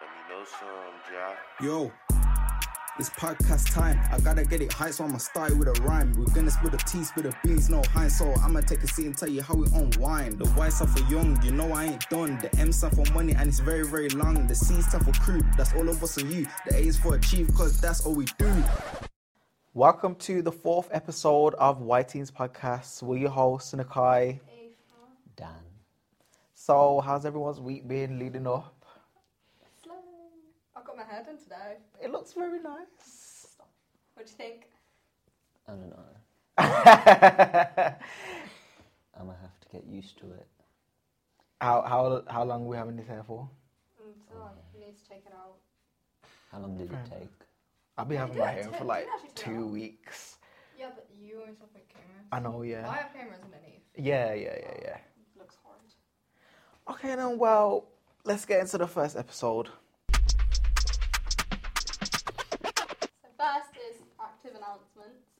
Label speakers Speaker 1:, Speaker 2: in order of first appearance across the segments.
Speaker 1: Let me know some, Ja.
Speaker 2: Yo, it's podcast time. I gotta get it high, so I'ma start it with a rhyme. We're gonna split the tea, split the beans, no hind. So I'ma take a seat and tell you how we unwind. The Y stand for young, you know I ain't done. The M stand for money, and it's very, very long. The C stand for crew, that's all of us and you. The A is for achieve, cause that's all we do.
Speaker 3: Welcome to the fourth episode of White Teens Podcast. We're your host, Nakai. Dan. So, how's everyone's week been leading up?
Speaker 4: I've got my hair done today.
Speaker 3: It looks very nice.
Speaker 4: What do you think?
Speaker 5: I don't know.
Speaker 3: how,
Speaker 5: I might have to get used to it.
Speaker 3: how, how long we having this hair for?
Speaker 4: Until Mm, I need to take it out.
Speaker 5: How long did it take?
Speaker 3: I've been having
Speaker 4: You
Speaker 3: my
Speaker 4: do
Speaker 3: hair
Speaker 4: it
Speaker 3: for
Speaker 4: too.
Speaker 3: like
Speaker 4: You actually do
Speaker 3: two
Speaker 4: it.
Speaker 3: weeks.
Speaker 4: Yeah, but you always have like cameras.
Speaker 3: I know, yeah.
Speaker 4: I have cameras underneath.
Speaker 3: Yeah, yeah, yeah, yeah.
Speaker 4: It looks horrid.
Speaker 3: Okay, then, well, let's get into the first episode.
Speaker 4: So first is active announcements.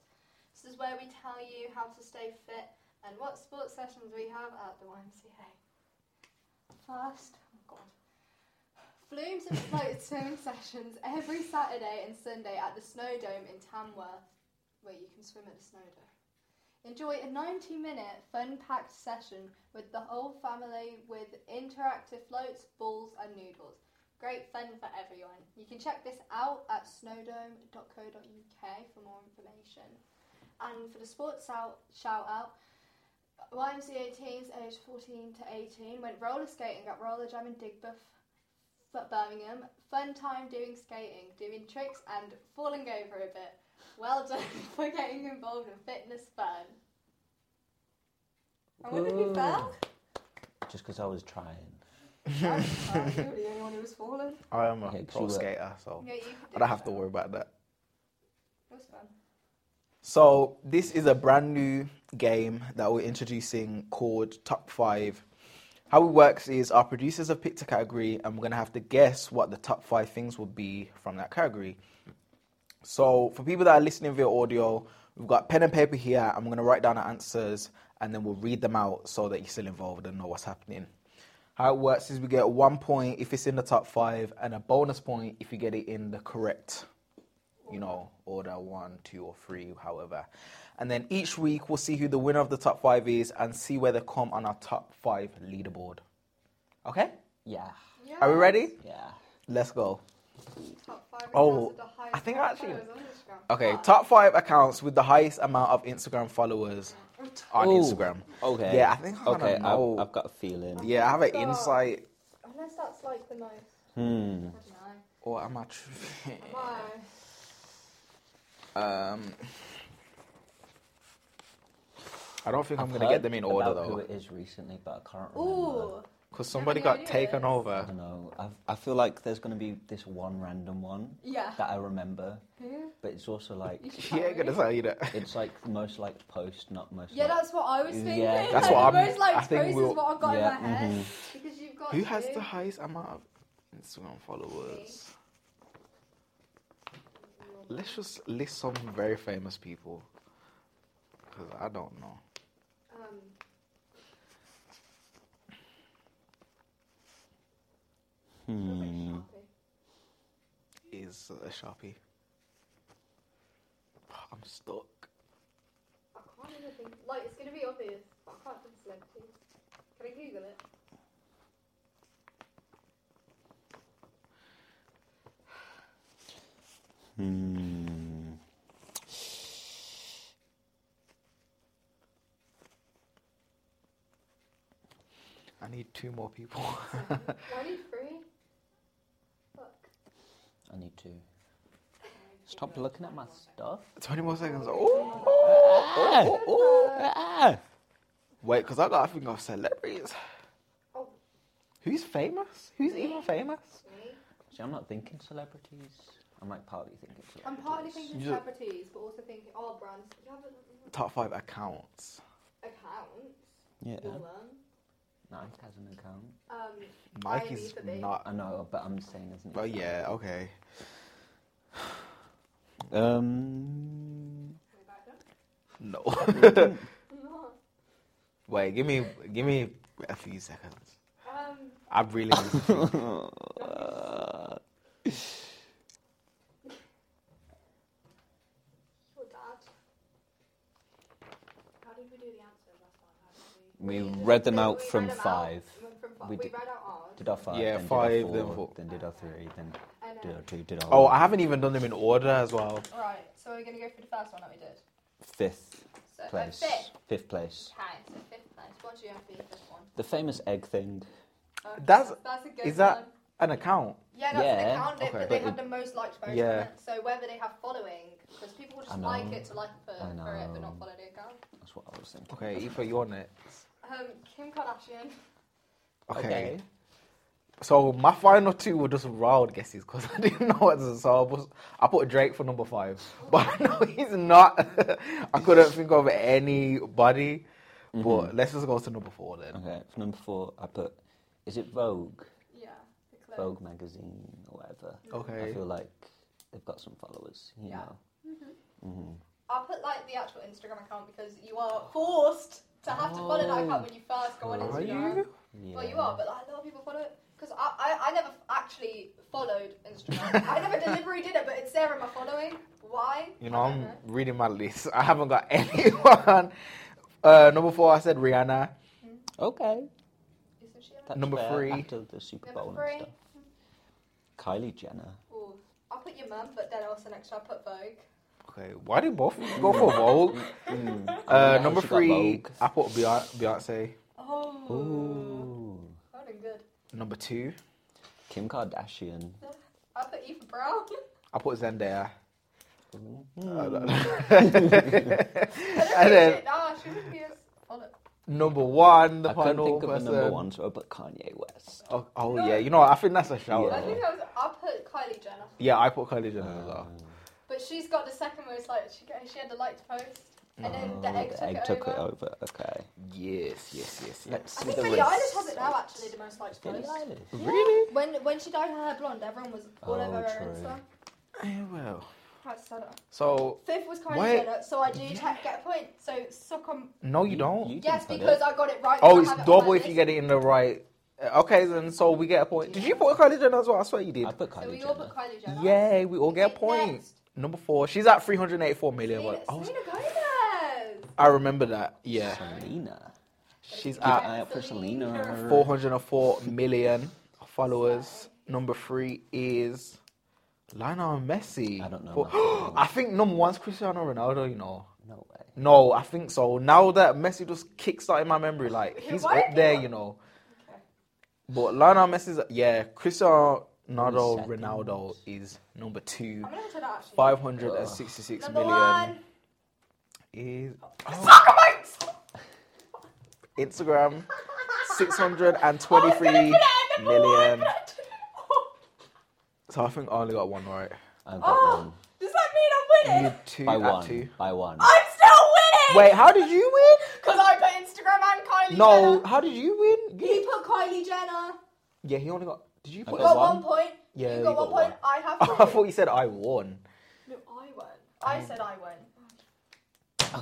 Speaker 4: This is where we tell you how to stay fit and what sports sessions we have at the YMCA. First, oh God. Flumes and float swimming sessions every Saturday and Sunday at the Snow Dome in Tamworth, where you can swim at the Snow Dome. Enjoy a 90 minute fun packed session with the whole family with interactive floats, balls, and noodles. Great fun for everyone. You can check this out at snowdome.co.uk for more information. And for the sports out, shout out, YMCA teens aged 14 to 18 went roller skating at Roller Jam in Digbeth, F- Birmingham. Fun time doing skating, doing tricks, and falling over a bit. Well done for getting involved in fitness fun. I wonder if you
Speaker 5: Whoa.
Speaker 4: fell.
Speaker 5: Just because I was trying.
Speaker 4: I fell. You were the only one who was falling.
Speaker 3: I am a
Speaker 5: Okay, 'cause
Speaker 3: pro
Speaker 5: you were-
Speaker 3: skater, so
Speaker 4: Yeah, you could
Speaker 3: Oh. I
Speaker 4: do
Speaker 3: don't have to
Speaker 4: that.
Speaker 3: worry about that.
Speaker 4: It was fun.
Speaker 3: So this is a brand new game that we're introducing called Top Five. How it works is our producers have picked a category, and we're gonna have to guess what the top five things would be from that category. So for people that are listening via audio, we've got pen and paper here, and we're gonna write down our answers, and then we'll read them out so that you're still involved and know what's happening. How it works is we get one point if it's in the top five, and a bonus point if you get it in the correct you know, order one, two, or three, however. And then each week we'll see who the winner of the top five is and see where they come on our top five leaderboard. Okay?
Speaker 5: Yeah.
Speaker 4: Yeah.
Speaker 3: Are we ready?
Speaker 5: Yeah.
Speaker 3: Let's go.
Speaker 4: Top five
Speaker 3: Oh,
Speaker 4: accounts with the highest
Speaker 3: I think
Speaker 4: amount
Speaker 3: I
Speaker 4: of
Speaker 3: actually-
Speaker 4: followers on Instagram.
Speaker 3: Okay,
Speaker 4: What?
Speaker 3: top five accounts with the highest amount of Instagram followers on
Speaker 5: Ooh.
Speaker 3: Instagram.
Speaker 5: Okay.
Speaker 3: Yeah, I think I kinda
Speaker 5: okay,
Speaker 3: know.
Speaker 5: I've, I've got a feeling.
Speaker 3: Yeah, I have an
Speaker 4: God.
Speaker 3: insight.
Speaker 4: Unless that's like the most. I
Speaker 5: Hmm.
Speaker 4: don't know.
Speaker 3: Or am I
Speaker 4: Am I?
Speaker 3: tr- um, I don't think i am going to get
Speaker 5: heard
Speaker 3: them in order
Speaker 5: about Who
Speaker 3: though.
Speaker 5: it is recently, but I can't remember.
Speaker 4: Ooh.
Speaker 3: Because
Speaker 4: have
Speaker 3: somebody
Speaker 4: any
Speaker 3: got
Speaker 4: ideas?
Speaker 3: taken
Speaker 5: I
Speaker 3: over.
Speaker 5: don't know. I've, I feel like there's going to be this one random one
Speaker 4: Yeah.
Speaker 5: that I remember,
Speaker 4: Who?
Speaker 5: but it's also like
Speaker 4: You should
Speaker 3: She ain't
Speaker 4: tell
Speaker 3: going to
Speaker 4: me.
Speaker 3: tell you that.
Speaker 5: it's like most like post, not most.
Speaker 4: Yeah,
Speaker 5: liked.
Speaker 4: that's what I was
Speaker 5: Yeah.
Speaker 4: thinking.
Speaker 5: That's
Speaker 4: like,
Speaker 3: what
Speaker 4: the
Speaker 3: I'm-
Speaker 4: most, like,
Speaker 3: I think
Speaker 4: post
Speaker 3: we'll- mm-hmm.
Speaker 4: is what I've got
Speaker 5: Yeah,
Speaker 4: in my head. Because you've got
Speaker 3: Who has
Speaker 4: two. um,
Speaker 3: the highest amount of Instagram followers? Let's just list some very famous people. Because I don't know.
Speaker 4: Um, feels like
Speaker 5: Hmm.
Speaker 4: Sharpie.
Speaker 3: Is a Sharpie. I'm stuck.
Speaker 4: I can't even think. Like, it's going to be obvious, but I can't think of celebrities. Can I Google it?
Speaker 5: Hmm.
Speaker 3: I need two more people.
Speaker 4: I need three. Fuck.
Speaker 5: I need to stop looking at my stuff.
Speaker 3: 20 more seconds. Oh, oh, oh, oh, oh. Wait, because I got, I think, of celebrities.
Speaker 4: Oh,
Speaker 3: Who's famous? Who's even famous?
Speaker 4: me?
Speaker 5: See, I'm not thinking celebrities. I'm like partly thinking celebrities.
Speaker 4: I'm partly thinking
Speaker 3: You-
Speaker 4: celebrities, but also thinking all brands. You have a-
Speaker 3: Top five accounts.
Speaker 4: accounts.
Speaker 5: Yeah.
Speaker 4: Woman.
Speaker 5: Nike has an account.
Speaker 4: Um,
Speaker 3: Nike's
Speaker 4: for me.
Speaker 3: not.
Speaker 5: I know, but I'm saying isn't
Speaker 3: But yeah, okay.
Speaker 5: Um.
Speaker 4: can we back up?
Speaker 3: No.
Speaker 4: No.
Speaker 3: Wait, give me, give me a few seconds.
Speaker 4: Um,
Speaker 3: I really need to think.
Speaker 4: nothing. Your dad. How did we do the answers last time? How did
Speaker 5: We
Speaker 4: just-
Speaker 5: read them
Speaker 4: no,
Speaker 5: out
Speaker 4: we
Speaker 5: from
Speaker 4: read them out.
Speaker 5: five.
Speaker 4: We went from five.
Speaker 5: We
Speaker 4: We,
Speaker 5: did-
Speaker 4: read out ours.
Speaker 5: Did our five,
Speaker 3: Yeah,
Speaker 5: then
Speaker 3: five,
Speaker 5: did our
Speaker 3: then
Speaker 5: four,
Speaker 3: four.
Speaker 5: then did our three, then
Speaker 4: And
Speaker 5: did our
Speaker 4: then,
Speaker 5: two, did our
Speaker 3: Oh,
Speaker 5: one.
Speaker 3: I haven't even done them in order as well.
Speaker 4: right, so we're going to go for the first one that we did.
Speaker 5: fifth
Speaker 4: So, uh,
Speaker 5: place.
Speaker 4: fifth.
Speaker 5: Fifth place.
Speaker 4: Okay, so fifth place. What do you have for your fifth one?
Speaker 5: The famous egg thing.
Speaker 4: Okay,
Speaker 3: That's-
Speaker 4: that's a good
Speaker 3: is that-
Speaker 4: one.
Speaker 3: An account.
Speaker 4: Yeah, that's
Speaker 5: Yeah,
Speaker 4: an account,
Speaker 3: okay.
Speaker 4: but they
Speaker 5: But
Speaker 4: have
Speaker 5: it-
Speaker 4: the most liked post on
Speaker 3: Yeah.
Speaker 4: it. So whether they have following, because people will
Speaker 5: I
Speaker 4: just like
Speaker 5: know.
Speaker 4: it to like it for,
Speaker 5: I
Speaker 4: for it, but
Speaker 5: know.
Speaker 4: not follow the account.
Speaker 5: That's what I was thinking.
Speaker 3: Okay, Aoife, you're next.
Speaker 4: Um, Kim Kardashian.
Speaker 3: Okay.
Speaker 5: Okay.
Speaker 3: So my final two were just wild guesses because I didn't know what to so I, was, I put Drake for number five, but I know he's not. I couldn't think of anybody. But let's just go to number four then.
Speaker 5: Mm-hmm. Okay, for number four, I put, is it Vogue?
Speaker 4: Yeah, the clip.
Speaker 5: Vogue magazine or whatever.
Speaker 3: Okay.
Speaker 5: I feel like they've got some followers, you
Speaker 4: Yeah. Mm-hmm.
Speaker 5: know. Mm-hmm.
Speaker 4: I'll put like the actual Instagram account because you are forced to have to follow that account when you first go on
Speaker 3: Oh, Are
Speaker 4: Instagram.
Speaker 3: you?
Speaker 5: Yeah.
Speaker 4: Well, you are, but like, a lot of people follow it because I, I, I never actually followed Instagram. I never deliberately did it, but it's there in my following. Why?
Speaker 3: You
Speaker 4: I
Speaker 3: know,
Speaker 4: don't
Speaker 3: I'm reading my list. I haven't got anyone. Uh, number four, I said Rihanna.
Speaker 5: Okay.
Speaker 4: Isn't she?
Speaker 5: That's
Speaker 3: Number
Speaker 5: fair,
Speaker 3: three.
Speaker 5: After the Super
Speaker 4: Number
Speaker 5: Bowl
Speaker 4: three.
Speaker 5: and stuff. Kylie Jenner.
Speaker 4: Ooh, I'll put your mum, but then also next I put Vogue.
Speaker 3: Okay, why did both go for Vogue?
Speaker 5: Yeah,
Speaker 3: Uh, number
Speaker 5: she got
Speaker 3: three,
Speaker 5: Vogue.
Speaker 3: I put Beyon- Beyonce.
Speaker 4: Oh,
Speaker 5: Ooh.
Speaker 4: holding good.
Speaker 3: Number two,
Speaker 5: Kim Kardashian.
Speaker 4: I put Eva Brown.
Speaker 3: I put Zendaya.
Speaker 5: Hmm.
Speaker 4: and
Speaker 3: then-
Speaker 4: nah, she wouldn't be as follow-
Speaker 3: Number one, the
Speaker 5: I couldn't
Speaker 3: final
Speaker 5: think of
Speaker 3: person.
Speaker 5: a number one, so I put Kanye West.
Speaker 3: Oh, oh, yeah, you know what? I think that's a shout.
Speaker 4: I
Speaker 5: Yeah.
Speaker 3: Yeah,
Speaker 5: Uh,
Speaker 4: think I was. I put Kylie Jenner,
Speaker 3: I put Kylie Jenner as well.
Speaker 4: but she's got the second most liked. She got, she had the liked post, and then the egg,
Speaker 5: Oh, the
Speaker 4: took,
Speaker 5: egg
Speaker 4: it
Speaker 5: took
Speaker 4: over.
Speaker 5: it over. Okay.
Speaker 3: Yes, yes, yes,
Speaker 5: Let's
Speaker 4: I
Speaker 5: see
Speaker 4: think
Speaker 5: the
Speaker 4: Billie
Speaker 5: results.
Speaker 4: Eilish has it now. Actually, the most liked
Speaker 5: Billie
Speaker 4: post.
Speaker 5: Eilish.
Speaker 3: Really?
Speaker 4: When when she dyed her hair blonde, everyone was all
Speaker 5: Oh,
Speaker 4: over her
Speaker 5: true.
Speaker 4: Insta.
Speaker 3: Eh, well,
Speaker 4: That's sad.
Speaker 3: so
Speaker 4: Fifth was Kylie
Speaker 3: Wait.
Speaker 4: Jenner, so I do te- get a point. So suck on.
Speaker 3: no, you don't.
Speaker 5: you
Speaker 4: Yes,
Speaker 5: can put
Speaker 4: because
Speaker 5: it.
Speaker 4: I got it right.
Speaker 3: oh,
Speaker 4: I
Speaker 3: it's
Speaker 4: have it on my
Speaker 3: double if you
Speaker 4: list.
Speaker 3: get it in the right. Uh, Okay, then so we get a point. Did you put Kylie Jenner as well? I swear you did.
Speaker 5: I put Kylie
Speaker 4: So we all
Speaker 5: Jenner.
Speaker 4: put Kylie Jenner.
Speaker 3: Yay, we all get a
Speaker 4: Okay,
Speaker 3: point. Oh,
Speaker 4: next.
Speaker 3: Number four, she's at 384 million.
Speaker 4: Selena,
Speaker 3: Well, I, was-
Speaker 4: Selena Gomez.
Speaker 3: I remember that. Yeah,
Speaker 5: Selena.
Speaker 3: she's
Speaker 4: Keep
Speaker 5: Keep an
Speaker 3: at
Speaker 5: eye out for
Speaker 4: Selena.
Speaker 5: Selena.
Speaker 3: 404 million followers. Number three is Lionel Messi.
Speaker 5: I don't know
Speaker 3: But-
Speaker 5: nothing.
Speaker 3: I think number one's Cristiano Ronaldo. You know.
Speaker 5: No way.
Speaker 3: No, I think so. Now that Messi just kickstarted my memory, like he's
Speaker 4: Why
Speaker 3: up
Speaker 4: did
Speaker 3: there,
Speaker 4: you-
Speaker 3: you know.
Speaker 4: Okay.
Speaker 3: But Lionel Messi's yeah, Cristiano
Speaker 5: second.
Speaker 3: Ronaldo is number two.
Speaker 4: I'm gonna tell that actually.
Speaker 3: Five hundred and sixty-six
Speaker 4: Number
Speaker 3: million
Speaker 4: one.
Speaker 3: is
Speaker 4: Sucker mates.
Speaker 3: Instagram. Six hundred and
Speaker 4: I was gonna
Speaker 3: twenty-three
Speaker 4: put it Oh, at number
Speaker 3: million.
Speaker 4: one, but I didn't.
Speaker 3: So I think I only got one right.
Speaker 5: I've got
Speaker 4: Oh,
Speaker 5: one.
Speaker 4: does that mean I'm
Speaker 3: You
Speaker 4: winning?
Speaker 3: two
Speaker 5: By
Speaker 3: at
Speaker 5: one.
Speaker 3: two.
Speaker 5: By one.
Speaker 4: I'm still winning.
Speaker 3: Wait, how did you win?
Speaker 4: Because I put Instagram and Kylie
Speaker 3: No,
Speaker 4: Jenner.
Speaker 3: how did you win?
Speaker 4: He put Kylie Jenner.
Speaker 3: Yeah, he only got. Did you
Speaker 5: I
Speaker 3: put
Speaker 4: You
Speaker 5: got
Speaker 4: got
Speaker 5: one.
Speaker 4: one point.
Speaker 3: Yeah,
Speaker 4: you
Speaker 3: you
Speaker 4: got one
Speaker 3: got one.
Speaker 4: point. I have.
Speaker 3: I
Speaker 4: Three.
Speaker 3: thought Mm. you said I won.
Speaker 4: no, I won. I said I won.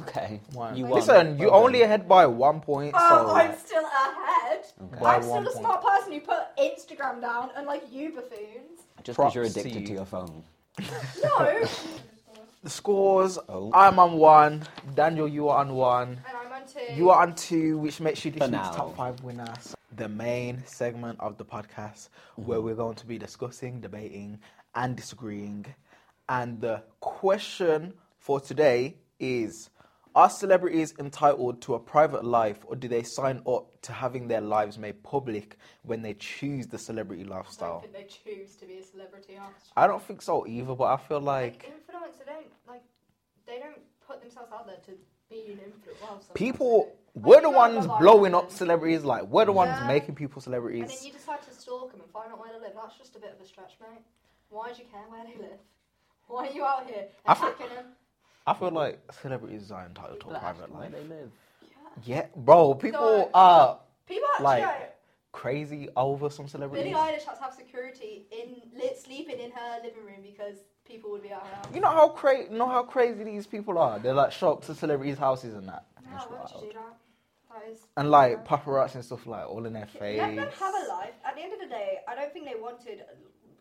Speaker 5: Okay.
Speaker 3: One.
Speaker 5: You won.
Speaker 3: Listen, you
Speaker 5: Well
Speaker 3: only
Speaker 5: done.
Speaker 3: ahead by one point.
Speaker 4: Oh,
Speaker 3: so
Speaker 4: I'm still ahead.
Speaker 5: Okay.
Speaker 3: By
Speaker 4: I'm still
Speaker 3: one
Speaker 4: the
Speaker 3: point.
Speaker 4: smart person who put Instagram down, unlike you buffoons.
Speaker 5: Just because you're
Speaker 3: Props to
Speaker 5: addicted
Speaker 3: you.
Speaker 5: to your phone.
Speaker 4: No. and
Speaker 3: the scores.
Speaker 5: Oh.
Speaker 3: I'm on one. Daniel, you are on one.
Speaker 4: I'm on two.
Speaker 3: You are on two, which makes you this
Speaker 5: For
Speaker 3: week's
Speaker 5: now.
Speaker 3: top five winners. The main segment of the podcast where we're going to be discussing, debating, and disagreeing. And the question for today is Are celebrities entitled to a private life or do they sign up to having their lives made public when they choose the celebrity
Speaker 4: I don't
Speaker 3: lifestyle?
Speaker 4: think they choose to be a celebrity artist.
Speaker 3: I don't think so either, but I feel like
Speaker 4: influencer don't like they don't put themselves out there to be an influencer. Well, sometimes
Speaker 3: people.
Speaker 4: they do.
Speaker 3: We're the
Speaker 4: Like, you gotta
Speaker 3: ones
Speaker 4: love
Speaker 3: blowing up
Speaker 4: Ireland.
Speaker 3: celebrities, like we're the ones
Speaker 4: Yeah.
Speaker 3: making people
Speaker 4: And then
Speaker 3: celebrities.
Speaker 4: you decide to stalk them and find out where they live. That's just a bit of a stretch, mate. Why do you care where they live? Why are you out here
Speaker 3: I feel-
Speaker 4: attacking them?
Speaker 3: I feel like celebrities are entitled to a
Speaker 5: Like,
Speaker 3: private
Speaker 5: where
Speaker 3: life.
Speaker 5: they live.
Speaker 3: Yeah, bro, people
Speaker 4: No.
Speaker 3: are
Speaker 4: People actually
Speaker 3: Like,
Speaker 4: like,
Speaker 3: crazy over some
Speaker 4: Billie
Speaker 3: celebrities.
Speaker 4: Eilish has to have security in li- sleeping in her living room because people would be out her house.
Speaker 3: You know how crazy, know how crazy these people are. They like show up to celebrities' houses and that,
Speaker 4: No, why would you do that? That is
Speaker 3: and like paparazzi and stuff like all in their face.
Speaker 4: Let them have a life. At the end of the day, I don't think they wanted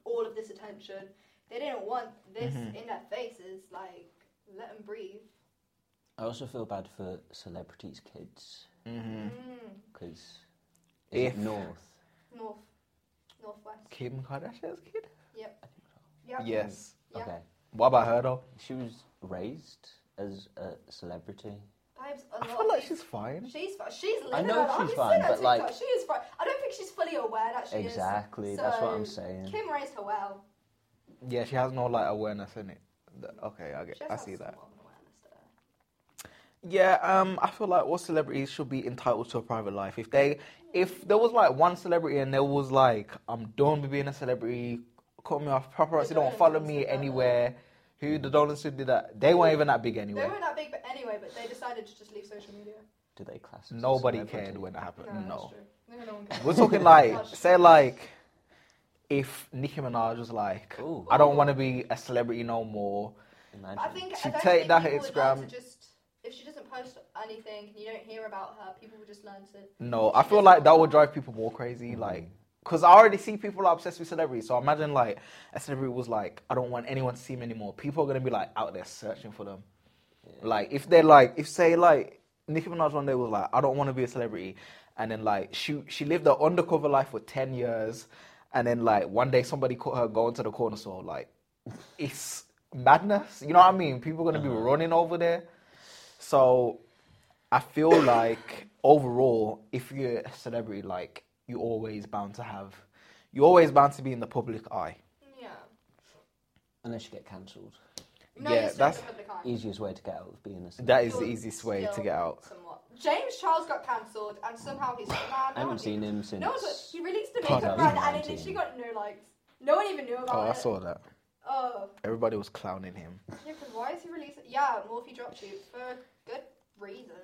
Speaker 4: all of this attention. They didn't want this
Speaker 3: Mm-hmm.
Speaker 4: in their faces. Like, let them breathe.
Speaker 5: I also feel bad for celebrities' kids
Speaker 3: Mm-hmm.
Speaker 4: Mm.
Speaker 5: because if
Speaker 3: If-
Speaker 5: North,
Speaker 4: North, northwest.
Speaker 3: Kim Kardashian's kid?
Speaker 4: Yep.
Speaker 5: I think so.
Speaker 4: Yep.
Speaker 3: Yes.
Speaker 4: Yep.
Speaker 5: Okay,
Speaker 3: What about her though?
Speaker 5: she was raised as a celebrity.
Speaker 4: Babes, a
Speaker 3: I
Speaker 4: lot
Speaker 3: feel
Speaker 4: of
Speaker 3: like
Speaker 4: these-
Speaker 3: she's fine.
Speaker 4: She's fine. She's living
Speaker 5: I know
Speaker 4: her life.
Speaker 5: she's
Speaker 4: I've
Speaker 5: fine,
Speaker 4: seen her
Speaker 5: but, like-
Speaker 4: TikTok. she is fine. I don't think she's fully aware that she
Speaker 5: exactly,
Speaker 4: is.
Speaker 5: that's what
Speaker 4: So,
Speaker 5: I'm saying.
Speaker 4: Kim raised her well.
Speaker 3: Yeah, she has no like awareness in it. Th- Okay, I get,
Speaker 4: She has
Speaker 3: I
Speaker 4: had
Speaker 3: see that.
Speaker 4: somewhat of an awareness to her.
Speaker 3: Yeah, um, I feel like all celebrities should be entitled to a private life. If they, if there was like one celebrity and there was like, I'm done with being a celebrity, cut me off, paparazzi
Speaker 4: The
Speaker 3: don't follow
Speaker 4: Dolenz
Speaker 3: me
Speaker 4: did that, though.
Speaker 3: anywhere. Who the Donalds who did that? They weren't even that big
Speaker 4: They
Speaker 3: anyway.
Speaker 4: weren't that big, but anyway, but they decided to just leave social media.
Speaker 5: Do they class? as a
Speaker 3: Nobody
Speaker 5: celebrity?
Speaker 3: cared when that happened.
Speaker 4: No,
Speaker 3: no.
Speaker 4: that's true. No, no one cares.
Speaker 3: We're talking like,
Speaker 4: That's
Speaker 3: say
Speaker 4: true.
Speaker 3: like, if Nicki Minaj was like,
Speaker 5: Ooh.
Speaker 3: I don't want to be a celebrity no more.
Speaker 5: Imagine.
Speaker 4: I think
Speaker 3: She
Speaker 4: I don't
Speaker 3: take
Speaker 4: think
Speaker 3: that her
Speaker 4: people would learn
Speaker 3: Instagram.
Speaker 4: to just if she doesn't post anything and you don't hear about her, people will just learn to.
Speaker 3: No, I feel like that would drive people more crazy. Like, because I already see people are obsessed with celebrities. So imagine like a celebrity was like, I don't want anyone to see me anymore. People are gonna be like out there searching for them. Like if they're like, if say like Nicki Minaj one day was like, I don't want to be a celebrity, and then like she she lived an undercover life for ten years, and then like one day somebody caught her going to the corner store. Like, it's madness. You know what I mean? People are gonna be running over there. So I feel like overall, if you're a celebrity, like you're always bound to have, you're always bound to be in the public eye.
Speaker 4: Yeah.
Speaker 5: Unless you get cancelled,
Speaker 4: No,
Speaker 3: Yeah,
Speaker 4: you're still
Speaker 3: that's-
Speaker 4: in the public eye.
Speaker 5: easiest way to get out of being a celebrity.
Speaker 3: That is the
Speaker 4: You're
Speaker 3: easiest way to
Speaker 4: still
Speaker 3: get out.
Speaker 4: Somewhat. James Charles got cancelled, and somehow he's still mad.
Speaker 5: I haven't seen him since.
Speaker 4: No, but he released a makeup brand, and it literally got no likes. No one even knew about
Speaker 3: Oh,
Speaker 4: it.
Speaker 3: I saw that.
Speaker 4: Oh,
Speaker 3: Everybody was clowning him.
Speaker 4: yeah. Because why is he releasing? Yeah, Morphe dropped you for a good reason.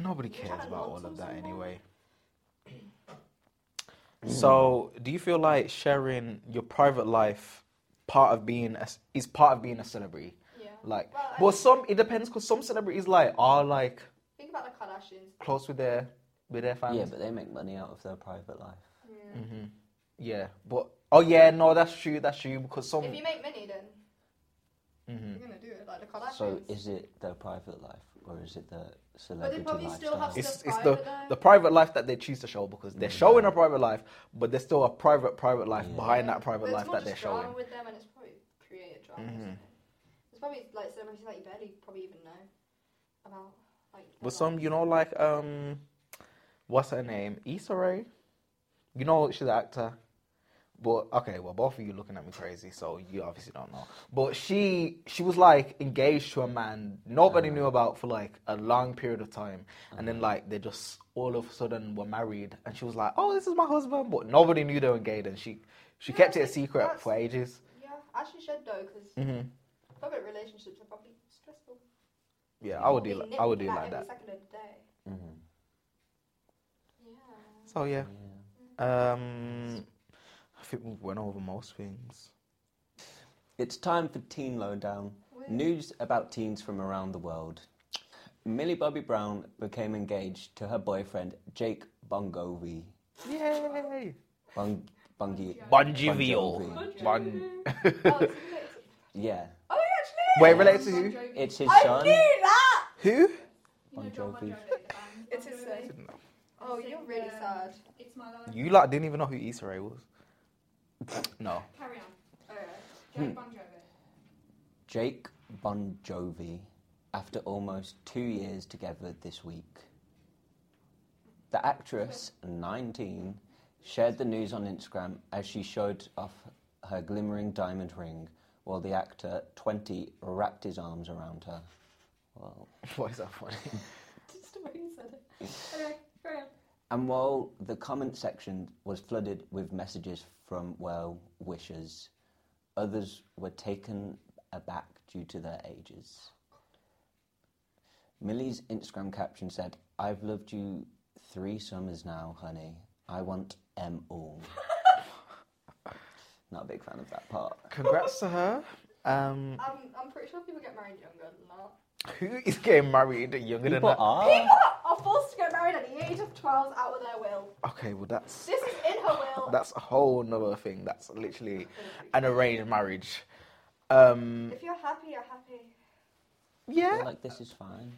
Speaker 3: Nobody
Speaker 4: You're
Speaker 3: cares
Speaker 4: trying to
Speaker 3: about all
Speaker 4: lump
Speaker 3: of
Speaker 4: sum
Speaker 3: that
Speaker 4: someone?
Speaker 3: anyway. So, do you feel like sharing your private life part of being a, is part of being a celebrity?
Speaker 4: Yeah.
Speaker 3: Like,
Speaker 4: Well, I
Speaker 3: well,
Speaker 4: think-
Speaker 3: some it depends because some celebrities like are like
Speaker 4: Think about the Kardashians.
Speaker 3: close with their with their
Speaker 5: yeah,
Speaker 3: fans.
Speaker 5: but they make money out of their private life.
Speaker 3: Mm. Mm-hmm. Yeah, but oh yeah, no, that's true, that's true. Because some
Speaker 4: If you make money, then
Speaker 3: Mhm.
Speaker 4: you're gonna do it like the Kardashians.
Speaker 5: So is it their private life or is it their celebrity
Speaker 4: probably
Speaker 5: lifestyle?
Speaker 4: still have stuff-
Speaker 3: it's it's the
Speaker 4: private life.
Speaker 3: the private life that they choose to show because they're showing a private life, but there's still a private private life
Speaker 5: Yeah.
Speaker 3: behind
Speaker 4: Yeah,
Speaker 3: that private
Speaker 4: but it's
Speaker 3: life
Speaker 4: more
Speaker 3: that they're
Speaker 4: just
Speaker 3: showing. Mm-hmm.
Speaker 4: drama with them, and it's probably created drama. or something. There's probably like celebrities that you barely probably even know about. Like,
Speaker 3: But
Speaker 4: their
Speaker 3: some, you know, like um, what's her name? Issa Rae. You know she's an actor. But okay, well, both of you looking at me crazy, so you obviously don't know. But she she was like engaged to a man nobody knew about for like a long period of time, and then like they just all of a sudden were married, and she was like, "Oh, this is my husband," but nobody knew they were engaged, and she she
Speaker 4: Yeah,
Speaker 3: kept it a
Speaker 4: that's-
Speaker 3: secret for
Speaker 4: that's-
Speaker 3: ages.
Speaker 4: life. Yeah, actually should though, because
Speaker 3: Mhm.
Speaker 4: public relationships are probably stressful.
Speaker 3: Yeah, I would do
Speaker 4: You'll
Speaker 3: li-
Speaker 4: be
Speaker 3: I would
Speaker 4: nipped
Speaker 3: do like
Speaker 4: every
Speaker 3: that.
Speaker 4: Second of the day.
Speaker 5: Mhm.
Speaker 4: Yeah.
Speaker 3: So yeah,
Speaker 5: Yeah.
Speaker 3: um, I think we went over most things.
Speaker 5: It's time for Teen Lowdown.
Speaker 4: Woo.
Speaker 5: News about teens from around the world. Millie Bobby Brown became engaged to her boyfriend Jake Bongovi.
Speaker 3: Yay!
Speaker 5: Bung, Bungie.
Speaker 3: Bongivio.
Speaker 4: Bon
Speaker 3: Bon.
Speaker 4: Oh, it's related to-
Speaker 5: Yeah,
Speaker 4: oh, he actually.
Speaker 3: Wait,
Speaker 4: is!
Speaker 3: related to who?
Speaker 1: Jovi.
Speaker 5: it's his
Speaker 4: I
Speaker 5: son.
Speaker 4: knew that.
Speaker 3: Who?
Speaker 1: You know
Speaker 5: Bon
Speaker 1: John Bon
Speaker 5: Jovi.
Speaker 1: Jovi, the band.
Speaker 4: It's
Speaker 1: Bon
Speaker 4: his
Speaker 1: Jovi.
Speaker 4: son. Oh, you're
Speaker 1: Sing,
Speaker 4: really
Speaker 1: um,
Speaker 4: sad.
Speaker 1: It's my life.
Speaker 3: You like didn't even know who Issa Rae was. No.
Speaker 1: Carry on.
Speaker 4: Alright.
Speaker 3: Hmm.
Speaker 1: Joe Bon Jovi.
Speaker 5: Jake Bon Jovi, after almost two years together this week. The actress, 19, shared the news on Instagram as she showed off her glimmering diamond ring while the actor, 20, wrapped his arms around her. Well,
Speaker 3: Why is that funny?
Speaker 4: Just the way you said it. Anyway, carry on.
Speaker 5: and while the comment section was flooded with messages from well wishers, others were taken aback due to their ages. Millie's Instagram caption said, I've loved you three summers now, honey. I want 'em all. Not a big fan of that part.
Speaker 3: Congrats to her. Um,
Speaker 4: I'm, I'm pretty sure people get married younger than that.
Speaker 3: who is getting married younger than
Speaker 5: People
Speaker 3: that?
Speaker 5: are.
Speaker 4: Um, Are forced to get married married at the age of 12 out of their will.
Speaker 3: Okay, well that's
Speaker 4: This is in her will.
Speaker 3: that's a whole nother thing. That's literally an arranged marriage. Um,
Speaker 4: if you're happy, you're happy.
Speaker 5: I feel
Speaker 3: yeah.
Speaker 5: like this is fine.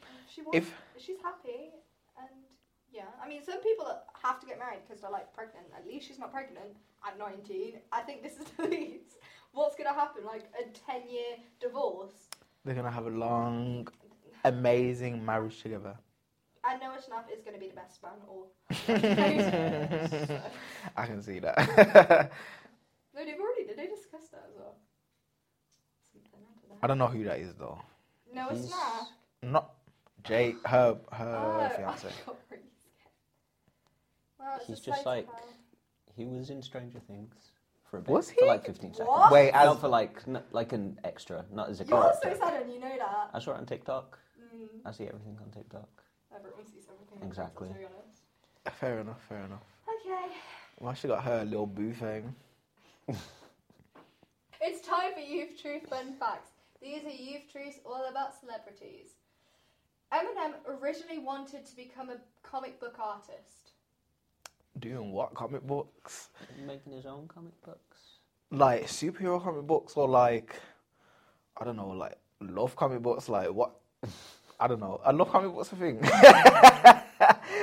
Speaker 4: If She wants,
Speaker 3: If
Speaker 4: if she's happy, and yeah. I mean, some people have to get married because they're like pregnant. At least she's not pregnant at 19. I think this is the least. What's gonna happen? Like a 10 year divorce?
Speaker 3: they're gonna have a long, amazing marriage together.
Speaker 4: I know it's enough is gonna be the best man or. so,
Speaker 3: I can see that.
Speaker 4: no, they've already did they discuss that as well? Something after
Speaker 3: I
Speaker 4: that.
Speaker 3: don't know who that is though.
Speaker 4: No, it's
Speaker 5: He's-
Speaker 4: not.
Speaker 3: Not Jay. Her
Speaker 5: Uh,
Speaker 3: her
Speaker 4: oh,
Speaker 3: fiance.
Speaker 4: I got really scared. Well, it's
Speaker 5: He's
Speaker 4: a
Speaker 5: just
Speaker 4: slice of
Speaker 5: like-
Speaker 4: life.
Speaker 5: He was in Stranger Things for a bit.
Speaker 3: Was
Speaker 5: For
Speaker 3: he?
Speaker 5: like 15 seconds.
Speaker 4: What?
Speaker 3: Wait, as
Speaker 5: Not for like, n like an extra, not as a
Speaker 4: You're
Speaker 5: character.
Speaker 4: so sad, and you know that.
Speaker 5: I saw it on TikTok.
Speaker 4: Mm.
Speaker 5: I see everything on TikTok.
Speaker 4: Everyone sees everything. at once,
Speaker 5: Exactly.
Speaker 4: let's be honest.
Speaker 3: Fair enough. Fair enough.
Speaker 4: Okay.
Speaker 3: Well, she got her little boo thing.
Speaker 4: It's time for Youth Truth Fun Facts. These are Youth Truths all about celebrities. Eminem originally wanted to become a comic book artist.
Speaker 3: Doing what? Comic books?
Speaker 5: Making his own comic books.
Speaker 3: Like superhero comic books or like I don't know, like love comic books, like what I don't know. I love comic books a thing.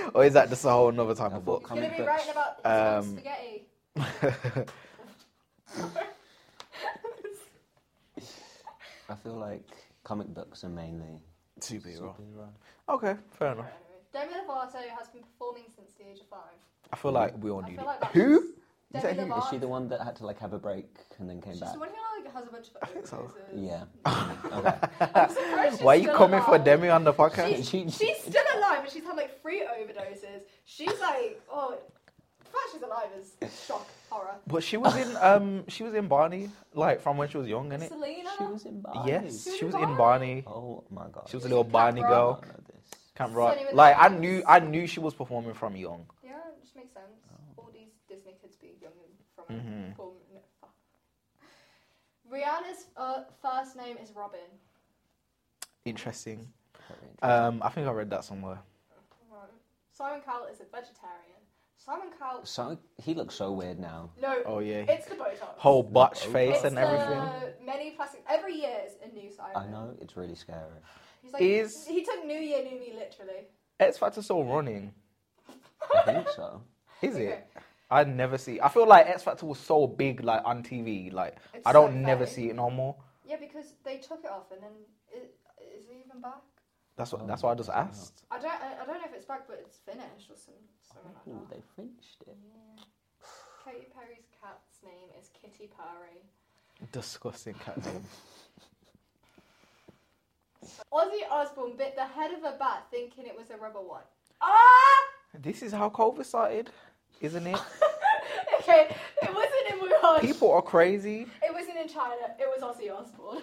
Speaker 3: or is that just a whole another type
Speaker 5: I
Speaker 3: of book?
Speaker 5: thought
Speaker 4: He's
Speaker 5: Comic
Speaker 4: going to be
Speaker 5: books.
Speaker 4: writing about his own
Speaker 3: Um,
Speaker 4: spaghetti.
Speaker 5: I feel like comic books are mainly
Speaker 3: Superhero.
Speaker 5: superhero.
Speaker 3: Okay, fair enough.
Speaker 4: Demi Lovato has been performing since the age of five.
Speaker 3: I feel like we all
Speaker 4: I
Speaker 3: knew
Speaker 4: feel
Speaker 3: it.
Speaker 4: like that
Speaker 3: Who?
Speaker 4: was
Speaker 3: Is
Speaker 4: Demi
Speaker 3: that who?
Speaker 5: Is she
Speaker 4: Lovato.
Speaker 5: the one that had to like have a break and then came
Speaker 4: She's
Speaker 5: back?
Speaker 4: the one who like, has a bunch of.
Speaker 3: think so.
Speaker 4: overdoses.
Speaker 5: Yeah.
Speaker 4: I'm surprised she's
Speaker 3: Why are you
Speaker 4: still
Speaker 3: coming for
Speaker 4: alive.
Speaker 3: Demi on the podcast?
Speaker 4: She's,
Speaker 5: She-
Speaker 4: she's still alive, but she's had like three overdoses. She's like, oh, the fact she's alive is shock, horror.
Speaker 3: But she was in um she was in Barney, like from when she was young, innit?
Speaker 4: Selena.
Speaker 5: She was in Bali.
Speaker 3: Yes,
Speaker 4: She was
Speaker 3: she was
Speaker 4: in
Speaker 3: in
Speaker 4: Barney?
Speaker 3: Barney.
Speaker 5: Oh my god.
Speaker 3: She was a
Speaker 4: She
Speaker 3: little
Speaker 4: can't
Speaker 3: Barney
Speaker 5: I did
Speaker 4: rock.
Speaker 3: girl.
Speaker 5: not know this.
Speaker 3: Can't
Speaker 4: So
Speaker 3: rock.
Speaker 4: anyway,
Speaker 3: Like I
Speaker 4: that was-
Speaker 3: knew I knew she was performing from young.
Speaker 4: Yeah, it just makes sense.
Speaker 3: Oh.
Speaker 4: All these Disney kids be young and from mm
Speaker 3: Mhm.
Speaker 4: no, fuck. Rihanna's uh, first name is Robin.
Speaker 3: Interesting.
Speaker 5: Very interesting.
Speaker 3: Um, I think I read that somewhere.
Speaker 4: Right. Simon Cowell is a vegetarian. Simon Cowell.
Speaker 5: so he looks so weird now.
Speaker 4: No,
Speaker 3: Oh yeah.
Speaker 4: it's the Botox.
Speaker 3: Whole botch
Speaker 5: Oh.
Speaker 3: face
Speaker 4: it's uh,
Speaker 3: and everything.
Speaker 4: The many plastic. Every year is a new sign.
Speaker 5: I know it's really scary.
Speaker 4: He's like,
Speaker 3: Is-
Speaker 4: he took New Year, New Me, literally.
Speaker 3: X Factor's still running.
Speaker 5: I think so.
Speaker 3: Is it?
Speaker 4: Okay.
Speaker 3: I never see. I feel like X Factor was so big, like on TV. Like
Speaker 4: It's
Speaker 3: I don't
Speaker 4: so
Speaker 3: never
Speaker 4: funny.
Speaker 3: see it no more.
Speaker 4: Yeah, because they took it off and then it, is it even back?
Speaker 3: That's what.
Speaker 5: Oh,
Speaker 3: that's why I just
Speaker 5: I don't know.
Speaker 3: asked.
Speaker 4: I don't I, I don't know if it's back, but it's finished or some something
Speaker 5: Ooh,
Speaker 4: like that.
Speaker 5: they fringed it.
Speaker 4: Yeah. Katy Perry's cat's name is Kitty Perry.
Speaker 3: Disgusting cat name.
Speaker 4: Ozzy Osbourne bit the head of a bat thinking it was a rubber one. Ah!
Speaker 3: this is how COVID started, isn't it?
Speaker 4: okay, it wasn't in Wuhan.
Speaker 3: People are crazy.
Speaker 4: It wasn't in China. It was Ozzy Osbourne.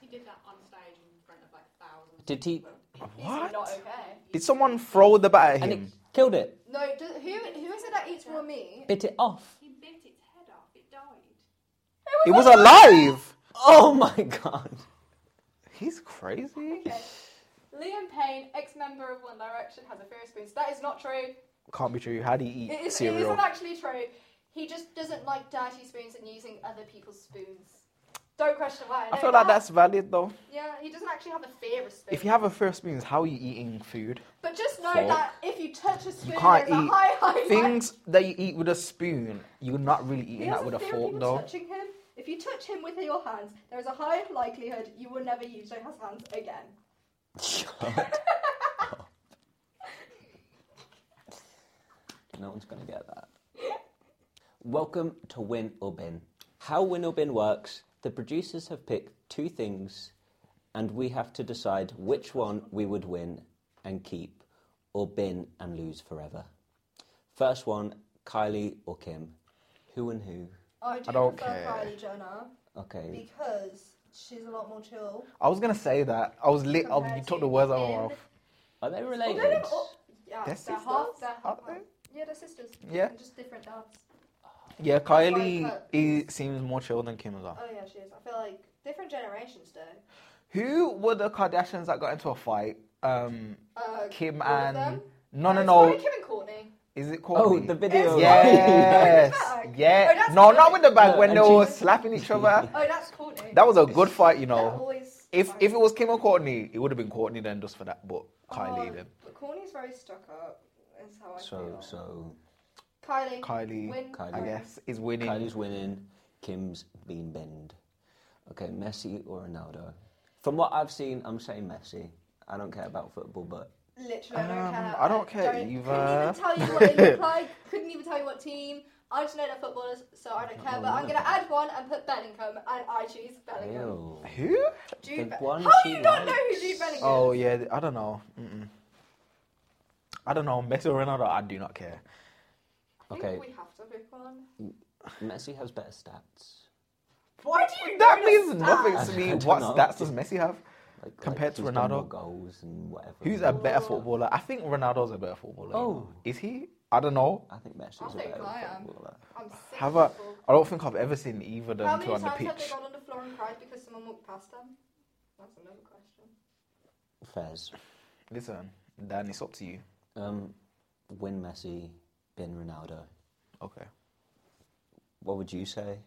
Speaker 1: He did that on stage in front of like thousands.
Speaker 5: Did he?
Speaker 4: He's
Speaker 3: What?
Speaker 4: not okay.
Speaker 3: Did someone throw the bat at
Speaker 5: And it
Speaker 3: him?
Speaker 5: killed it.
Speaker 4: No, do, who who is it that eats raw meat?
Speaker 5: Bit it off.
Speaker 1: He bit its head off. It died.
Speaker 3: It was alive.
Speaker 5: Oh my god.
Speaker 3: He's crazy.
Speaker 4: Okay. Liam Payne, ex-member of One Direction, has a furious spoons. That is not true.
Speaker 3: Can't be true. How do you
Speaker 4: It,
Speaker 3: eat
Speaker 4: is, it
Speaker 3: cereal?
Speaker 4: isn't actually true. He just doesn't like dirty spoons and using other people's spoons. Don't question why.
Speaker 3: I
Speaker 4: know
Speaker 3: feel like
Speaker 4: that.
Speaker 3: that's valid though.
Speaker 4: Yeah, he doesn't actually have a fear of spoons.
Speaker 3: If you have a fear of spoons, how are you eating food?
Speaker 4: but just know
Speaker 5: Fork.
Speaker 4: that if you touch a spoon,
Speaker 3: can't
Speaker 4: there's a
Speaker 3: eat
Speaker 4: high, high
Speaker 3: Things that you eat with a spoon, you're not really
Speaker 4: He
Speaker 3: eating
Speaker 4: has
Speaker 3: that
Speaker 4: a
Speaker 3: with a
Speaker 4: fear of
Speaker 3: fork
Speaker 4: people
Speaker 3: though.
Speaker 4: touching him. If you touch him with your hands, there is a high likelihood you will never use those hands again.
Speaker 5: God. no one's going to get that. Welcome to Win or Bin. How Win or Bin works, the producers have picked two things and we have to decide which one we would win and keep or bin and lose forever. First one, Kylie or Kim. Who and who?
Speaker 4: I do
Speaker 3: don't
Speaker 4: prefer
Speaker 3: care. Mm.
Speaker 4: Kylie Jenner
Speaker 5: Okay.
Speaker 4: because she's a lot more chill.
Speaker 3: I was gonna say that. I was lit. I, you
Speaker 4: Compared
Speaker 3: took
Speaker 4: to
Speaker 3: the words out of my
Speaker 4: him.
Speaker 3: mouth.
Speaker 5: Are
Speaker 4: Although
Speaker 5: they
Speaker 4: they're
Speaker 5: related?
Speaker 4: all- yeah,
Speaker 3: They're
Speaker 4: they're half.
Speaker 3: sisters,
Speaker 4: They're half.
Speaker 3: aren't they?
Speaker 4: Yeah, they're sisters.
Speaker 3: Yeah.
Speaker 4: They're just different dads.
Speaker 3: Yeah, Kylie
Speaker 4: Like,
Speaker 3: he seems more chill than Kim as well.
Speaker 4: Oh yeah, she is. I feel like different generations do.
Speaker 3: Who were the Kardashians that got into a fight um,
Speaker 4: Uh,
Speaker 3: Kim
Speaker 4: all of
Speaker 3: and
Speaker 4: them?
Speaker 3: no, no,
Speaker 4: it's
Speaker 3: no.
Speaker 4: probably Kim and Courtney.
Speaker 3: Is it
Speaker 5: Oh,
Speaker 3: Courtney?
Speaker 5: the video.
Speaker 3: Yes,
Speaker 4: Oh, that's
Speaker 3: yeah.
Speaker 4: the
Speaker 3: no,
Speaker 4: other-
Speaker 3: not with the bag
Speaker 5: No,
Speaker 3: when
Speaker 5: and
Speaker 3: they were
Speaker 5: she's-
Speaker 3: slapping each other.
Speaker 4: Oh, that's Courtney.
Speaker 3: That was a good fight, you
Speaker 4: They're
Speaker 3: know.
Speaker 4: always
Speaker 3: If
Speaker 4: fighting.
Speaker 3: if it was Kim or Courtney, it would have been Courtney then, just for that. But Kylie
Speaker 4: Oh,
Speaker 3: then.
Speaker 4: But Courtney's very stuck up. Is how I
Speaker 5: So,
Speaker 4: feel.
Speaker 5: so
Speaker 4: Kylie.
Speaker 3: Kylie,
Speaker 4: Win.
Speaker 5: Kylie.
Speaker 3: I guess is winning.
Speaker 5: Kylie's winning. Kim's being binned. Okay, Messi or Ronaldo? From what I've seen, I'm saying Messi. I don't care about football, but
Speaker 4: Literally, I don't
Speaker 3: Um,
Speaker 4: care.
Speaker 3: I don't care
Speaker 4: Couldn't
Speaker 3: either.
Speaker 4: even tell you what they look like. Couldn't even tell you what team. I just know they're footballers, so I don't care. But I'm gonna add one and put Bellingham, and I choose Bellingham.
Speaker 5: ew.
Speaker 3: Who?
Speaker 5: The
Speaker 4: Jude Be-
Speaker 5: one
Speaker 4: How do
Speaker 5: she
Speaker 4: you not know who
Speaker 5: likes.
Speaker 4: Jude Bellingham is?
Speaker 3: Oh yeah, th- I don't know. Mm-mm. I don't know. Messi or Ronaldo, I do not care.
Speaker 4: I think
Speaker 5: Okay.
Speaker 4: we have to pick one.
Speaker 5: Messi has better stats.
Speaker 4: Why do you?
Speaker 3: That
Speaker 4: know
Speaker 3: means
Speaker 4: the
Speaker 3: nothing
Speaker 4: stats?
Speaker 3: to
Speaker 5: I
Speaker 3: me.
Speaker 5: don't
Speaker 3: What
Speaker 5: know.
Speaker 3: stats does Messi have?
Speaker 5: Like,
Speaker 3: Compared to
Speaker 5: he's
Speaker 3: Ronaldo?
Speaker 5: done more goals and whatever.
Speaker 3: Who's a better
Speaker 4: Ooh.
Speaker 3: footballer? I think Ronaldo's a better footballer. you
Speaker 5: Oh.
Speaker 3: know. is he? I don't know.
Speaker 5: I think Messi's
Speaker 4: I
Speaker 5: a
Speaker 4: think
Speaker 5: better
Speaker 4: I am.
Speaker 5: footballer.
Speaker 4: I'm sick
Speaker 3: Have
Speaker 4: of
Speaker 3: a.
Speaker 4: football.
Speaker 3: I don't think I've ever seen either of
Speaker 4: How
Speaker 3: them
Speaker 4: many
Speaker 3: two on
Speaker 4: times
Speaker 3: the
Speaker 4: have they
Speaker 3: pitch.
Speaker 4: gone on the floor and cried because someone walked past them? That's another question.
Speaker 5: Fez.
Speaker 3: Listen, Dan, it's up to you.
Speaker 5: Um, win Messi, bin Ronaldo.
Speaker 3: Okay.
Speaker 5: What would you say?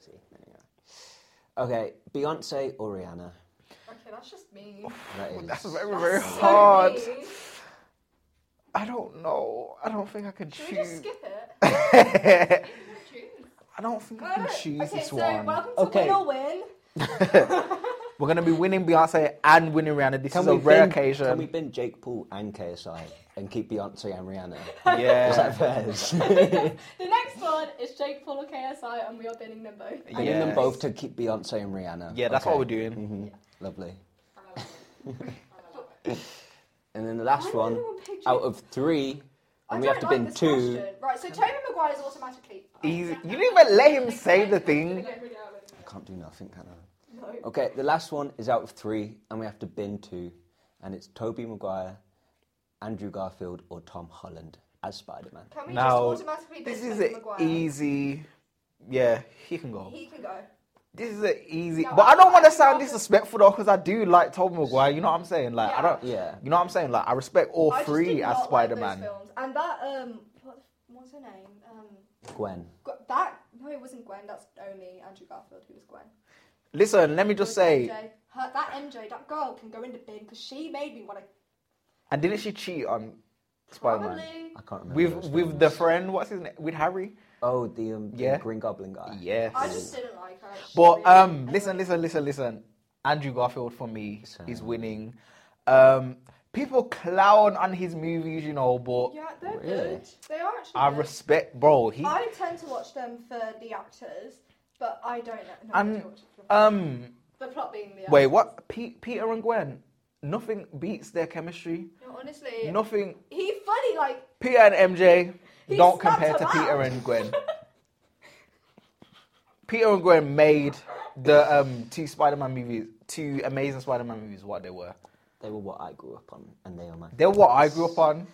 Speaker 5: See, there you go. Okay, Beyonce or Rihanna?
Speaker 4: Okay, that's just me.
Speaker 3: Oh,
Speaker 5: That is.
Speaker 3: That's very very
Speaker 4: That's so
Speaker 3: hard.
Speaker 4: mean.
Speaker 3: I don't know. I don't think I can
Speaker 4: Should we just
Speaker 3: choose.
Speaker 4: skip it?
Speaker 3: I
Speaker 4: Choose.
Speaker 3: don't think I
Speaker 4: Well,
Speaker 3: can
Speaker 4: look,
Speaker 3: choose
Speaker 4: okay,
Speaker 3: this
Speaker 4: so
Speaker 3: one.
Speaker 4: welcome to
Speaker 5: Okay.
Speaker 4: Win or Win.
Speaker 3: We're gonna be winning Beyonce and winning Rihanna. This is a
Speaker 5: we
Speaker 3: rare
Speaker 5: bin-
Speaker 3: occasion.
Speaker 5: Can we bin Jake Paul and KSI and keep Beyonce and Rihanna? Is
Speaker 3: Yeah.
Speaker 5: that Fez?
Speaker 4: The next one is Jake Paul or KSI, and we are bidding them both.
Speaker 5: I need
Speaker 3: Yes.
Speaker 5: them both to keep Beyonce and Rihanna.
Speaker 3: Yeah, that's
Speaker 5: Okay.
Speaker 3: what we're doing.
Speaker 5: Mhm. Lovely.
Speaker 1: I love it. I love it.
Speaker 5: And then the last
Speaker 4: Why did
Speaker 5: one,
Speaker 4: anyone pick Jake-
Speaker 5: out of three,
Speaker 4: I
Speaker 5: and we
Speaker 4: don't
Speaker 5: have to
Speaker 4: like
Speaker 5: bin
Speaker 4: this
Speaker 5: two.
Speaker 4: question. Right, so Toby Maguire is automatically.
Speaker 3: Easy. You didn't even let him say the thing.
Speaker 1: Get rid of it.
Speaker 5: Can't do nothing, can I?
Speaker 4: No.
Speaker 5: Okay, the last one is out of three, and we have to bin two, and it's Toby Maguire, Andrew Garfield, or Tom Holland as Spider-Man.
Speaker 4: Can we
Speaker 3: Now,
Speaker 4: just automatically bin
Speaker 3: This is
Speaker 4: Toby
Speaker 3: an
Speaker 4: Maguire?
Speaker 3: easy. Yeah, he can go.
Speaker 4: He can go.
Speaker 3: This is an easy.
Speaker 4: No,
Speaker 3: but I don't
Speaker 4: I-
Speaker 3: want
Speaker 4: I-
Speaker 3: to sound
Speaker 4: I-
Speaker 3: disrespectful though, because I do like Tobey Maguire. You know what I'm saying? Like I
Speaker 4: Yeah.
Speaker 3: don't.
Speaker 5: Yeah.
Speaker 3: You know what I'm saying? Like I respect all
Speaker 4: I just
Speaker 3: three as
Speaker 4: did not like those
Speaker 3: Spider-Man.
Speaker 4: films. And that um, what was her name? Um,
Speaker 5: Gwen.
Speaker 4: Gw- that no, it wasn't Gwen. That's only Andrew Garfield who was Gwen.
Speaker 3: Listen, let me just
Speaker 4: It was
Speaker 3: say.
Speaker 4: MJ. Her, that MJ, that girl can go into bin because she made me want to.
Speaker 3: And didn't she cheat on Spider-Man?
Speaker 4: Probably.
Speaker 5: I can't remember.
Speaker 3: With
Speaker 5: those
Speaker 3: with
Speaker 5: films.
Speaker 3: the friend, what's his name? With Harry?
Speaker 5: oh the, um, the
Speaker 3: Yeah.
Speaker 5: Green Goblin guy.
Speaker 3: Yes.
Speaker 4: I just didn't like her. She
Speaker 3: But
Speaker 4: really-
Speaker 3: um,
Speaker 4: anyway.
Speaker 3: listen, listen, listen, listen. Andrew Garfield for me is
Speaker 5: Same.
Speaker 3: winning. Um, people clown on his movies, you know, but
Speaker 4: Yeah, they're
Speaker 5: Really?
Speaker 4: good. They are actually.
Speaker 3: I
Speaker 4: good.
Speaker 3: respect, bro. He
Speaker 4: I tend to watch them for the actors, but I don't know. No,
Speaker 3: Um,
Speaker 4: I do watch it for the,
Speaker 3: um.
Speaker 4: the plot being the.
Speaker 3: Wait,
Speaker 4: actors.
Speaker 3: what? Pe- Peter and Gwen. Nothing beats their chemistry.
Speaker 4: No, honestly.
Speaker 3: Nothing.
Speaker 4: He funny like.
Speaker 3: Peter and MJ
Speaker 4: He
Speaker 3: don't
Speaker 4: slapped
Speaker 3: compare to
Speaker 4: her
Speaker 3: Peter
Speaker 4: ass.
Speaker 3: and Gwen. Peter and Gwen made the um, two Spider-Man movies, two amazing Spider-Man movies. What they were.
Speaker 5: They were what I grew up on, and they are my.
Speaker 3: They're what I grew up on.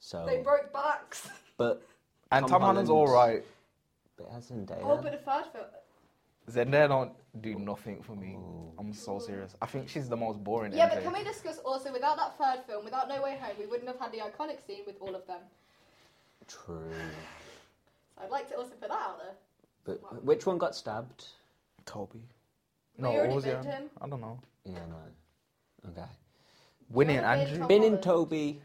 Speaker 5: So,
Speaker 3: Oh.
Speaker 4: They broke backs.
Speaker 5: but
Speaker 3: And Tom,
Speaker 5: Tom
Speaker 3: Holland's all
Speaker 5: Holland.
Speaker 3: right.
Speaker 5: but it has Zendaya.
Speaker 4: Oh, but the third film.
Speaker 3: Zendaya don't do nothing for me. I'm so serious. I think she's the most boring.
Speaker 4: Yeah,
Speaker 3: MJ.
Speaker 4: but can we discuss also without that third film, without No Way Home, we wouldn't have had the iconic scene with all of them.
Speaker 5: True.
Speaker 4: So I'd like to also put that out there.
Speaker 5: But which one got stabbed?
Speaker 3: Toby.
Speaker 4: We
Speaker 3: No,
Speaker 4: already
Speaker 3: what was the
Speaker 4: picked
Speaker 3: other-
Speaker 4: him.
Speaker 3: I don't know.
Speaker 5: Yeah, no. Okay.
Speaker 3: Winning
Speaker 4: already picked
Speaker 3: Andrew.
Speaker 4: Tom.
Speaker 5: Bin in
Speaker 4: Holland.
Speaker 5: Toby,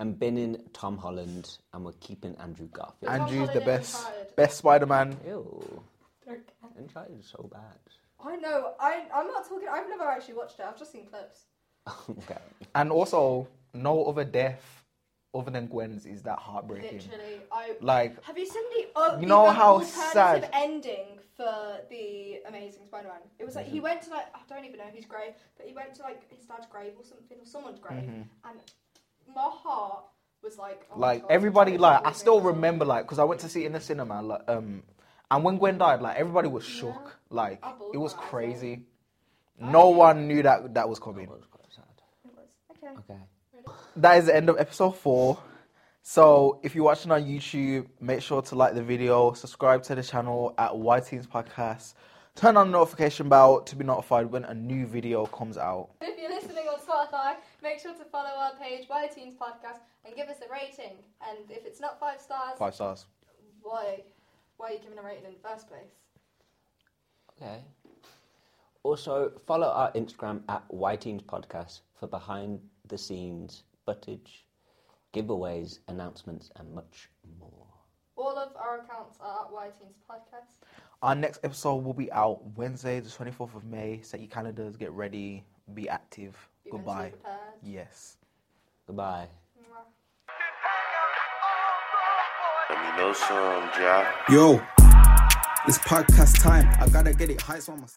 Speaker 5: and bin in Tom Holland, and we're keeping Andrew Garfield.
Speaker 4: And-
Speaker 3: Andrew's the
Speaker 4: Holland and
Speaker 3: best,
Speaker 4: Uncharted.
Speaker 3: best Spider-Man.
Speaker 5: Ew.
Speaker 4: Okay.
Speaker 5: Uncharted is so bad.
Speaker 4: I know. I I'm not talking. I've never actually watched it. I've just seen clips.
Speaker 5: okay.
Speaker 3: And also, no other death other than Gwen's is that heartbreaking.
Speaker 4: Literally, I.
Speaker 3: Like,
Speaker 4: Have you seen the? Uh,
Speaker 3: You
Speaker 4: the
Speaker 3: know
Speaker 4: um,
Speaker 3: how
Speaker 4: alternative
Speaker 3: sad-
Speaker 4: ending for the Amazing Spider-Man. It was like
Speaker 3: Mm-hmm.
Speaker 4: he went to like I don't even know whose grave, but he went to like his dad's grave or something or someone's grave, and my heart was like. oh my
Speaker 3: Mm-hmm. like
Speaker 4: God,
Speaker 3: everybody,
Speaker 4: I'm
Speaker 3: like I
Speaker 4: leaving.
Speaker 3: still remember, like, cause I went to see it in the cinema, like, um, and when Gwen died, like everybody was shook. Like,
Speaker 4: I bawled
Speaker 3: it was
Speaker 4: my eyes out.
Speaker 3: crazy. No one knew that that was coming.
Speaker 5: That was quite sad.
Speaker 4: It was- Okay.
Speaker 5: Okay.
Speaker 3: that is the end of episode four. So if you're watching on YouTube, make sure to like the video, subscribe to the channel at Y Teens Podcast. Turn on the notification bell to be notified when a new video comes out.
Speaker 4: If you're listening on Spotify, make sure to follow our page, Why Teens Podcast, and give us a rating. And if it's not five stars,
Speaker 3: Five stars.
Speaker 4: why? Why are you giving a rating in the first place?
Speaker 5: Okay. Also, follow our Instagram at Whiteens Podcast for behind the scenes footage, giveaways, announcements, and much more.
Speaker 4: All of our accounts are at Why Teens Podcast.
Speaker 3: Our next episode will be out Wednesday, the 24th of May. Set your calendars, get ready, be active.
Speaker 4: Be mentally
Speaker 3: Goodbye.
Speaker 4: prepared.
Speaker 3: Yes.
Speaker 5: Goodbye.
Speaker 4: Mwah.
Speaker 6: Let me know some, Jack.
Speaker 2: Yo, it's podcast time. I gotta get it. Heights on my.